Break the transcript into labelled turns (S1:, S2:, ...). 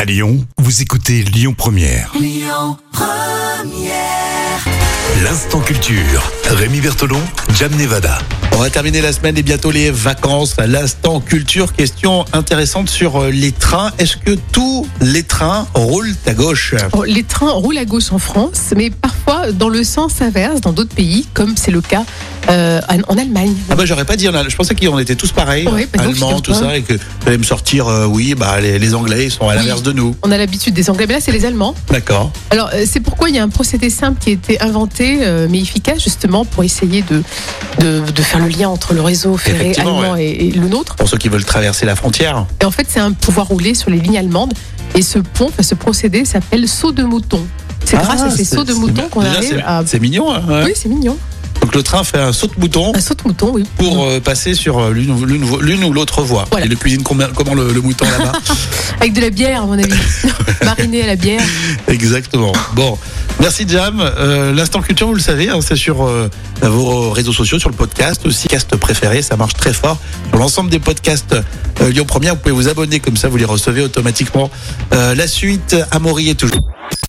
S1: À Lyon, vous écoutez Lyon Première. Lyon Première. L'instant culture. Rémi Bertolon, Jam Nevada.
S2: On va terminer la semaine et bientôt les vacances. À L'instant culture, question intéressante sur euh, les trains. Est-ce que tous les trains roulent à gauche
S3: Oh, Les trains roulent à gauche en France, mais parfois dans le sens inverse dans d'autres pays, comme c'est le cas euh, en en Allemagne.
S2: Ah bah j'aurais pas dit, on a- je pensais qu'on était tous pareils,
S3: Ouais, bah non,
S2: allemands, tout
S3: figure-toi.
S2: ça, et que allait me sortir, euh, oui, bah les, les Anglais ils sont à l'inverse de nous.
S3: On a l'habitude des Anglais, mais là c'est les Allemands.
S2: D'accord.
S3: Alors euh, c'est pourquoi il y a un procédé simple qui a été inventé, euh, mais efficace justement pour essayer de, de, de faire le lien entre le réseau ferré
S2: Effectivement,
S3: allemand et, et le nôtre.
S2: Pour ceux qui veulent traverser la frontière.
S3: Et en fait c'est un pouvoir rouler sur les lignes allemandes. Et ce pont, enfin, ce procédé s'appelle saut de mouton. C'est
S2: Ah,
S3: grâce à ces
S2: c'est-
S3: sauts de
S2: c'est
S3: mouton
S2: bien.
S3: qu'on
S2: Déjà,
S3: arrive
S2: c'est-
S3: à...
S2: C'est mignon. hein, ouais.
S3: Oui, c'est mignon.
S2: Donc le train fait un saut de mouton
S3: Un saut de mouton, oui.
S2: pour euh, passer sur euh, l'une ou- l'une ou l'une ou l'autre voie.
S3: Voilà.
S2: Et le cuisine combien- comment le, le mouton là-bas
S3: Avec de la bière, à mon avis. Mariné à la bière.
S2: Exactement. Bon, merci Jam. Euh, L'instant culture, vous le savez, hein, c'est sur euh, vos réseaux sociaux, sur le podcast aussi, cast préféré, ça marche très fort. Sur l'ensemble des podcasts euh, Lyon Première, vous pouvez vous abonner, comme ça vous les recevez automatiquement. Euh, la suite, Amaury est toujours.